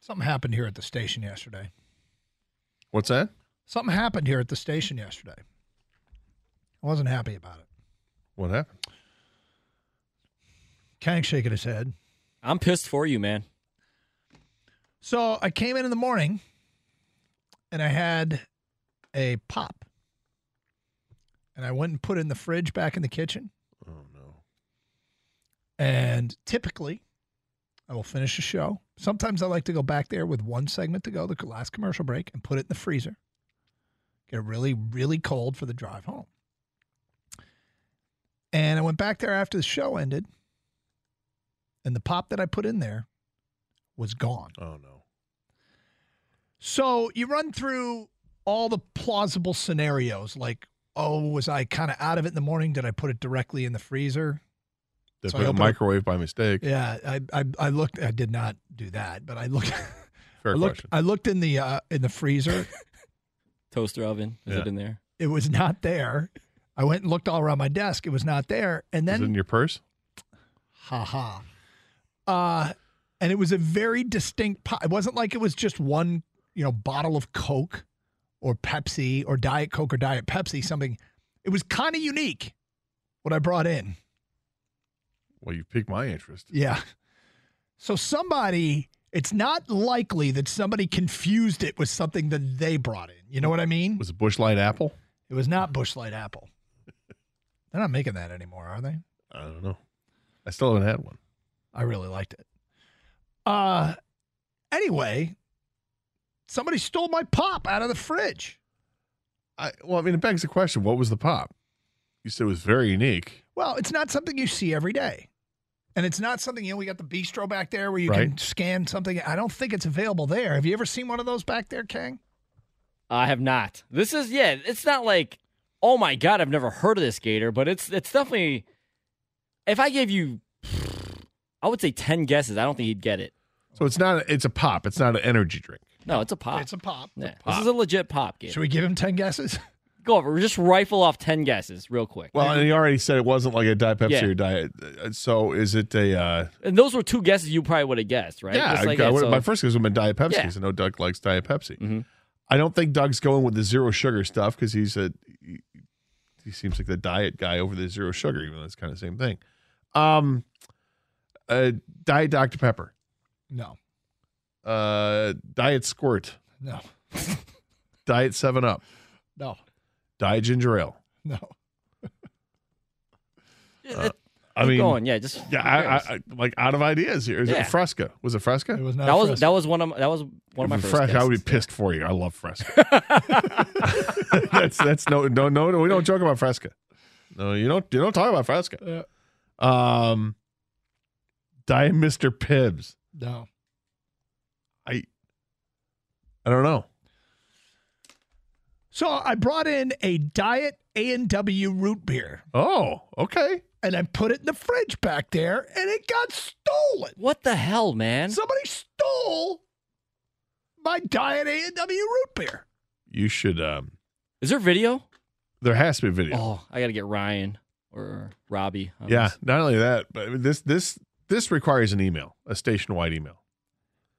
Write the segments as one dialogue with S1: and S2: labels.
S1: Something happened here at the station yesterday.
S2: What's that?
S1: Something happened here at the station yesterday. I wasn't happy about it.
S2: What happened?
S1: Kang shaking his head.
S3: I'm pissed for you, man.
S1: So I came in in the morning and I had a pop. And I went and put it in the fridge back in the kitchen.
S2: Oh no.
S1: And typically, I will finish the show. Sometimes I like to go back there with one segment to go, the last commercial break, and put it in the freezer. Get it really, really cold for the drive home. And I went back there after the show ended, and the pop that I put in there was gone.
S2: Oh no.
S1: So you run through all the plausible scenarios like, oh, was I kind of out of it in the morning? Did I put it directly in the freezer?
S2: They
S1: So I
S2: put a
S1: open up-
S2: microwave by mistake.
S1: Yeah, I, I, I looked. I did not do that, but I looked. I
S2: Fair
S1: looked.
S2: question.
S1: I looked in the uh, in the freezer.
S3: Toaster oven is it
S2: Yeah.
S3: in there?
S1: it was not there. I went and looked all around my desk. It was not there. And
S2: Is it in
S1: then,
S2: your purse?
S1: haha. Uh, and it was a very distinct pop. It wasn't like it was just one, you know, bottle of Coke or Pepsi or Diet Coke or Diet Pepsi. Something. It was kind of unique. What I brought in.
S2: Well, you piqued my interest.
S1: Yeah. So somebody, it's not likely that somebody confused it with something that they brought in. You know what I mean?
S2: Was it bushlight apple?
S1: It was not Bushlight Apple. They're not making that anymore, are they?
S2: I don't know. I still haven't had one.
S1: I really liked it. Uh anyway, somebody stole my pop out of the fridge.
S2: I well, I mean, it begs the question: What was the pop? You said it was very unique.
S1: Well, it's not something you see every day. And it's not something, you know, we got the bistro back there where you can
S2: Right.
S1: scan something. I don't think it's available there. Have you ever seen one of those back there, Kang?
S3: I have not. This is yeah. It's not like oh my god, I've never heard of this gator, but it's it's definitely. If I gave you, I would say ten guesses. I don't think he'd get it.
S2: So it's not. It's a pop. It's not an energy drink.
S3: No, it's a pop.
S1: It's a pop.
S3: Uh, yeah,
S2: pop.
S3: this is a legit pop gator.
S1: Should we give him 10 guesses?
S3: Go over. Just rifle off ten guesses real quick.
S2: Well, and you already said it wasn't like a diet Pepsi
S3: Yeah.
S2: or diet. uh, So is it a? Uh,
S3: and those were two guesses you probably would have guessed, right?
S2: Yeah,
S3: Just like
S2: I, I
S3: that,
S2: would-
S3: so-
S2: my first guess would have been diet Pepsi
S3: Yeah.
S2: because I know Doug likes diet Pepsi.
S3: Mhm.
S2: I don't think Doug's going with the zero sugar stuff because he's a he, he seems like the diet guy over the zero sugar, even though it's kind of the same thing. Um, uh, diet Dr Pepper,
S1: No,
S2: uh, diet Squirt,
S1: no,
S2: diet Seven Up,
S1: no,
S2: diet ginger ale.
S1: no.
S3: Yeah, it-
S2: I
S3: keep
S2: mean,
S3: going. Yeah, just
S2: yeah,
S3: who cares?
S2: I, I, I like out of ideas here. Is
S3: Yeah.
S2: it Fresca? Was it Fresca?
S1: It was not.
S3: that
S1: a
S3: was
S1: Frisco.
S3: that was one of my- that was one of my
S2: If it
S3: first.
S2: Fres- I
S3: guesses.
S2: would be pissed for you. I love Fresca. that's that's no no no no. We don't joke about Fresca. No, you don't you don't talk about
S1: Uh,
S2: Fresca. Um, die, Mister Pibbs.
S1: no.
S2: I I don't know.
S1: So I brought in a diet A and W root beer,
S2: Oh, okay.
S1: and I put it in the fridge back there, and it got stolen.
S3: What the hell, man?
S1: Somebody stole my diet A and W root beer.
S2: You should. Um,
S3: Is there video?
S2: there has to be a video.
S3: Oh, I gotta get Ryan or Robbie. on
S2: yeah.
S3: this.
S2: Not only that, but this this this requires an email, a station wide email.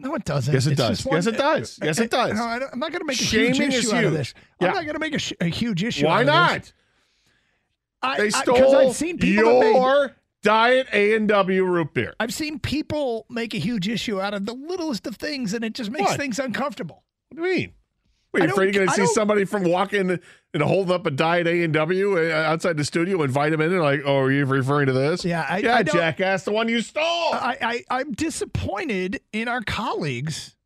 S1: No, it doesn't.
S2: Yes, it
S1: It's
S2: does.
S1: just one- Uh,
S2: Yes, it does. Yes, it does.
S1: No, I don't- I'm not going to make a
S2: Shaming
S1: huge
S2: is
S1: issue out of
S2: huge.
S1: this.
S2: Yeah.
S1: I'm not going to make a, sh- a huge issue.
S2: Why
S1: out
S2: not?
S1: of this. I-
S2: They
S1: I-
S2: stole
S1: 'cause I've seen people that make-
S2: your diet A and W root beer.
S1: I've seen people make a huge issue out of the littlest of things, and it just makes
S2: What?
S1: things uncomfortable.
S2: What do you mean? What,
S1: I
S2: you afraid
S1: don't-
S2: you're going
S1: I
S2: to see
S1: don't-
S2: somebody from walking and holding up a diet A and W uh, outside the studio, invite them in, and like, oh, are you referring to this?
S1: Yeah, I-
S2: yeah,
S1: I don't-
S2: jackass, the one you stole.
S1: I, I, I'm disappointed in our colleagues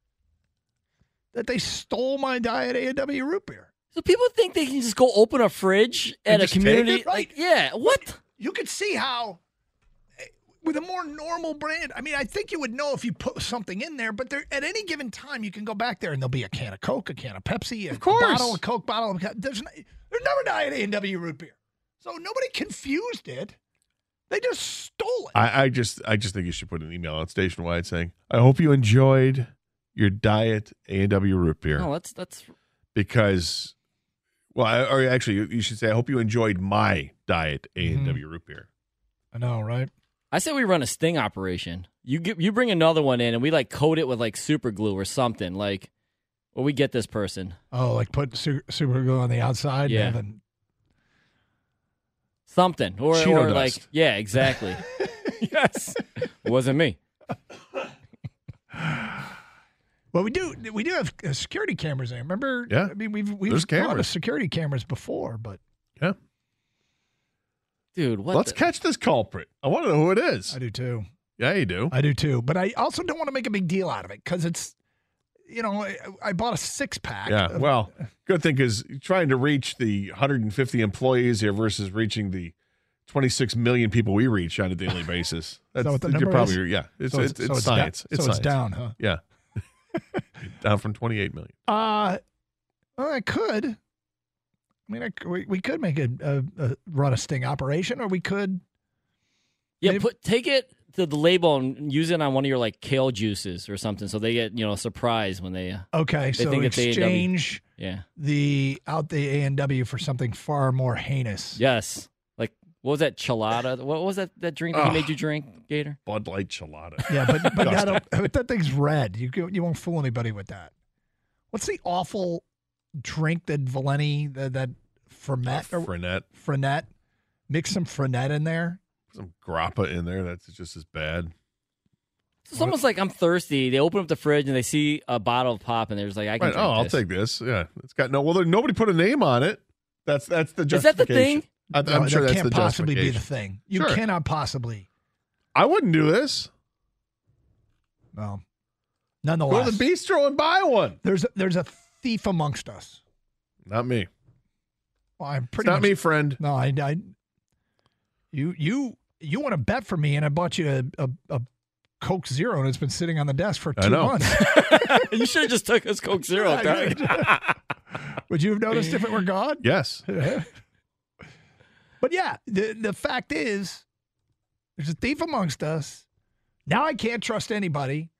S1: that they stole my diet A and W root beer.
S3: So people think they can just go open a fridge at a
S2: just take
S3: community.
S2: it?
S3: Like, yeah. What?
S1: You could see how, eh, with a more normal brand, I mean, I think you would know if you put something in there. But there, at any given time, you can go back there and there'll be a can of Coke, a can of Pepsi, a
S2: course.
S1: bottle of Coke, bottle of there's n- there's never diet A and W root beer, so nobody confused it. They just stole it.
S2: I, I just, I just think you should put an email out station-wide saying, I hope you enjoyed your diet A and W root beer
S1: Oh,
S3: No, that's that's
S2: because, well, I, or
S1: Mm-hmm.
S2: actually, you, you should say, I hope you enjoyed my diet A and W root beer.
S1: I know, right?
S3: I say we run a sting operation. You get, you bring another one in, and we like coat it with like super glue or something. Like, well, we get this person
S1: Oh, like put su- super glue on the outside.
S3: Yeah.
S1: And then,
S3: something, or,
S2: Cheeto
S3: or
S2: dust.
S3: like, yeah, exactly. yes, wasn't me.
S1: well, we do we do have uh, security cameras there. Remember?
S2: Yeah.
S1: I mean, we've we've
S2: There's
S1: brought up
S2: cameras.
S1: security cameras before, but
S3: Dude, what?
S2: Let's
S3: the-
S2: catch this culprit. I want to know who it is.
S1: I do too.
S2: Yeah, you do.
S1: I do too. But I also don't want to make a big deal out of it because it's, you know, I, I bought a six pack.
S2: Yeah. Well, good thing is trying to reach the 150 employees here versus reaching the 26 million people we reach on a daily basis. That's
S1: what the
S2: you're
S1: number
S2: probably
S1: is?
S2: yeah. It's
S1: so
S2: it's, it's,
S1: so da-
S2: science. it's
S1: so
S2: science.
S1: it's down, huh?
S2: Yeah. down from 28 million.
S1: Uh, well, I could. I mean, I c we, we could make a, a, a run a sting operation, or we could.
S3: yeah,
S1: maybe-
S3: put take it to the label and use it on one of your like kale juices or something, so they get you know a surprise when they. Uh,
S1: Okay, so
S3: think it's A&W.
S1: exchange
S3: yeah.
S1: the out the A and W for something far more heinous.
S3: Yes. Like what was that chelada? What was that that drink that he
S2: Ugh.
S3: made you drink, Gator?
S2: Bud Light Chelada.
S1: Yeah, but but I
S2: Disgusting.
S1: don't, but that thing's red. You go- you won't fool anybody with that. What's the awful drink that Valeni that, that Fernet or
S2: Fernet.
S1: Frenet? Mix some Frenet in there.
S2: Some grappa in there. That's just as bad.
S3: It's almost like I'm thirsty. They open up the fridge and they see a bottle of pop, and they're just like, "I can."
S2: Right. Oh,
S3: drink
S2: I'll
S3: this.
S2: take this. Yeah. It's got no. Well, there, nobody put a name on it. That's that's the
S3: Is that the
S2: justification.
S3: thing?
S2: I, I'm
S1: No,
S2: sure
S1: that
S2: that's
S1: can't
S2: the
S1: possibly be
S2: justification.
S1: the thing. You
S2: Sure.
S1: cannot possibly.
S2: I wouldn't do this.
S1: Well,
S2: Go
S1: nonetheless,
S2: to the bistro and buy one.
S1: there's a, there's a thief amongst us.
S2: Not me.
S1: Well, I'm
S2: It's
S1: pretty
S2: not
S1: much,
S2: me, friend.
S1: No, I, I you you you want to bet for me, and I bought you a, a, a Coke Zero, and it's been sitting on the desk for
S2: I
S1: two
S2: know.
S1: months.
S3: you should have just took this
S2: Oh,
S3: Coke Zero. dog.
S1: Would you have noticed if it were gone?
S2: Yes.
S1: but yeah, the the fact is, there's a thief amongst us. Now I can't trust anybody.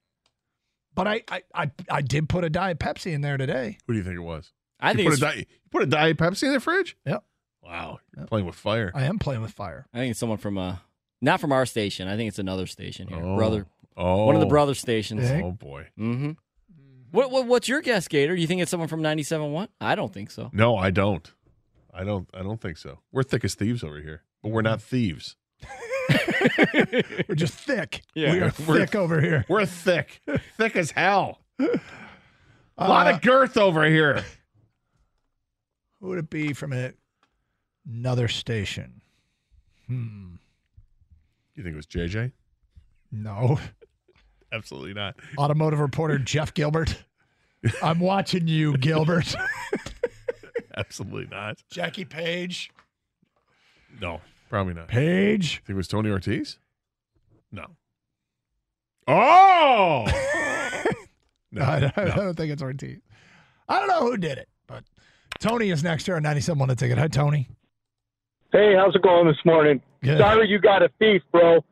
S1: But I I I, I did put a diet Pepsi in there today.
S2: Who do you think it was?
S3: I
S2: You
S3: think
S2: put, a
S3: it's,
S2: di- you put a Diet Pepsi in the fridge?
S1: Yep.
S2: Wow. You're playing with fire.
S1: I am playing with fire.
S3: I think it's someone from uh not from our station. I think it's another station here,
S2: Oh.
S3: brother.
S2: Oh.
S3: One of the brother stations.
S1: Yeah.
S2: Oh, boy.
S3: Mm-hmm. What, what what's your guess, Gator? You think it's someone from 97.1? I don't think so.
S2: No, I don't. I don't. I don't think so. We're thick as thieves over here, but we're not thieves.
S1: We're just thick.
S3: Yeah.
S1: we are
S2: We're-
S1: thick over here.
S2: We're thick, thick as hell.
S1: Uh,
S2: A lot of girth over here.
S1: Who would it be from a, another station? Hmm.
S2: You think it was JJ?
S1: No.
S2: Absolutely not.
S1: Automotive reporter Jeff Gilbert. I'm watching you, Gilbert.
S2: Absolutely not.
S1: Jackie Page.
S2: No, probably not.
S1: Page.
S2: Think it was Tony Ortiz? No. Oh.
S1: No, I, don't- I don't think it's Ortiz. I don't know who did it, but Tony is next here on 97 on the ticket. Hi, Tony.
S4: Hey, how's it going this morning?
S1: Good.
S4: Sorry you got a thief, bro.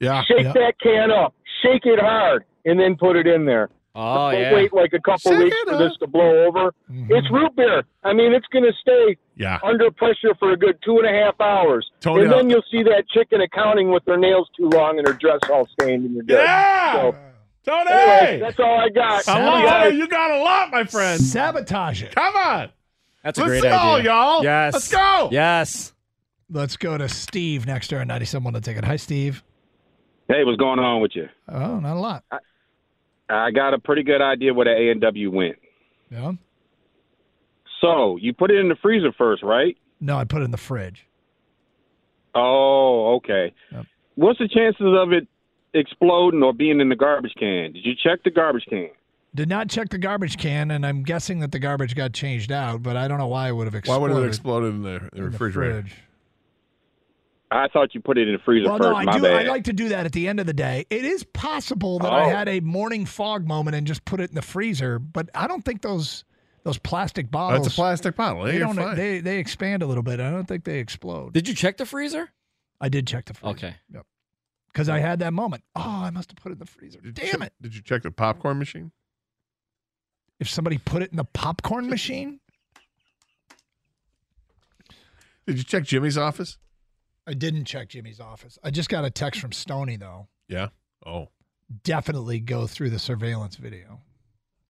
S2: Yeah.
S4: Shake
S1: Yeah.
S4: that can up. Shake it hard and then put it in there.
S3: Oh
S4: Don't
S3: yeah.
S4: wait like a couple
S2: Shake
S4: weeks
S2: it
S4: for
S2: up. Mm-hmm.
S4: this to blow over. It's root beer. I mean, it's going to stay
S2: Yeah.
S4: under pressure for a good two and a half hours.
S2: Tony,
S4: and then
S2: I-
S4: you'll see that chicken accounting with their nails too long and her dress all stained and you're dead.
S2: Yeah.
S4: So,
S2: Tony.
S4: anyway, that's all I got.
S2: I
S1: Saturday.
S2: love
S4: You
S2: how
S4: guys-
S2: you got a lot, my friend.
S1: Sabotage it.
S2: Come on.
S3: That's a
S2: Let's
S3: great
S2: go,
S3: idea.
S2: y'all.
S3: Yes.
S2: Let's go.
S3: Yes.
S1: Let's go to Steve next here on 97 on the ticket. Hi, Steve.
S5: Hey, what's going on with you?
S1: Oh, not a lot.
S5: Uh, I got a pretty good idea where the A and W went.
S1: Yeah.
S5: So you put it in the freezer first, right?
S1: No, I put it in the fridge.
S5: Oh, okay.
S1: Yep.
S5: What's the chances of it exploding or being in the garbage can? Did you check the garbage can?
S1: Did not check the garbage can, and I'm guessing that the garbage got changed out, but I don't know why it would have
S2: Why
S1: exploded.
S2: would it have exploded in the, the
S1: in the
S2: refrigerator?
S1: fridge.
S5: I thought you put it in the freezer
S1: Well,
S5: first.
S1: no, I
S5: My
S1: do.
S5: bad.
S1: I like to do that at the end of the day. It is possible that I
S5: Oh.
S1: had a morning fog moment and just put it in the freezer, but I don't think those those plastic
S2: Oh,
S1: bottles.
S2: it's a plastic bottle.
S1: they
S2: You're
S1: don't. uh,
S2: fine.
S1: They they expand a little bit. I don't think they explode.
S3: Did you check the freezer?
S1: I did check the freezer.
S3: Okay.
S1: Because I had that moment. Oh, I must have put it in the freezer.
S2: Did you
S1: Damn
S2: check-
S1: it!
S2: Did you check the popcorn machine?
S1: If somebody put it in the popcorn machine,
S2: Did you check Jimmy's office?
S1: I didn't check Jimmy's office. I just got a text from Stony though.
S2: Yeah. Oh.
S1: Definitely go through the surveillance video.